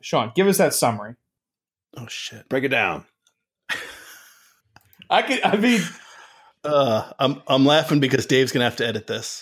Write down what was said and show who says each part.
Speaker 1: Sean, give us that summary.
Speaker 2: Oh shit! Break it down.
Speaker 1: I could. I mean,
Speaker 2: Uh, I'm I'm laughing because Dave's gonna have to edit this.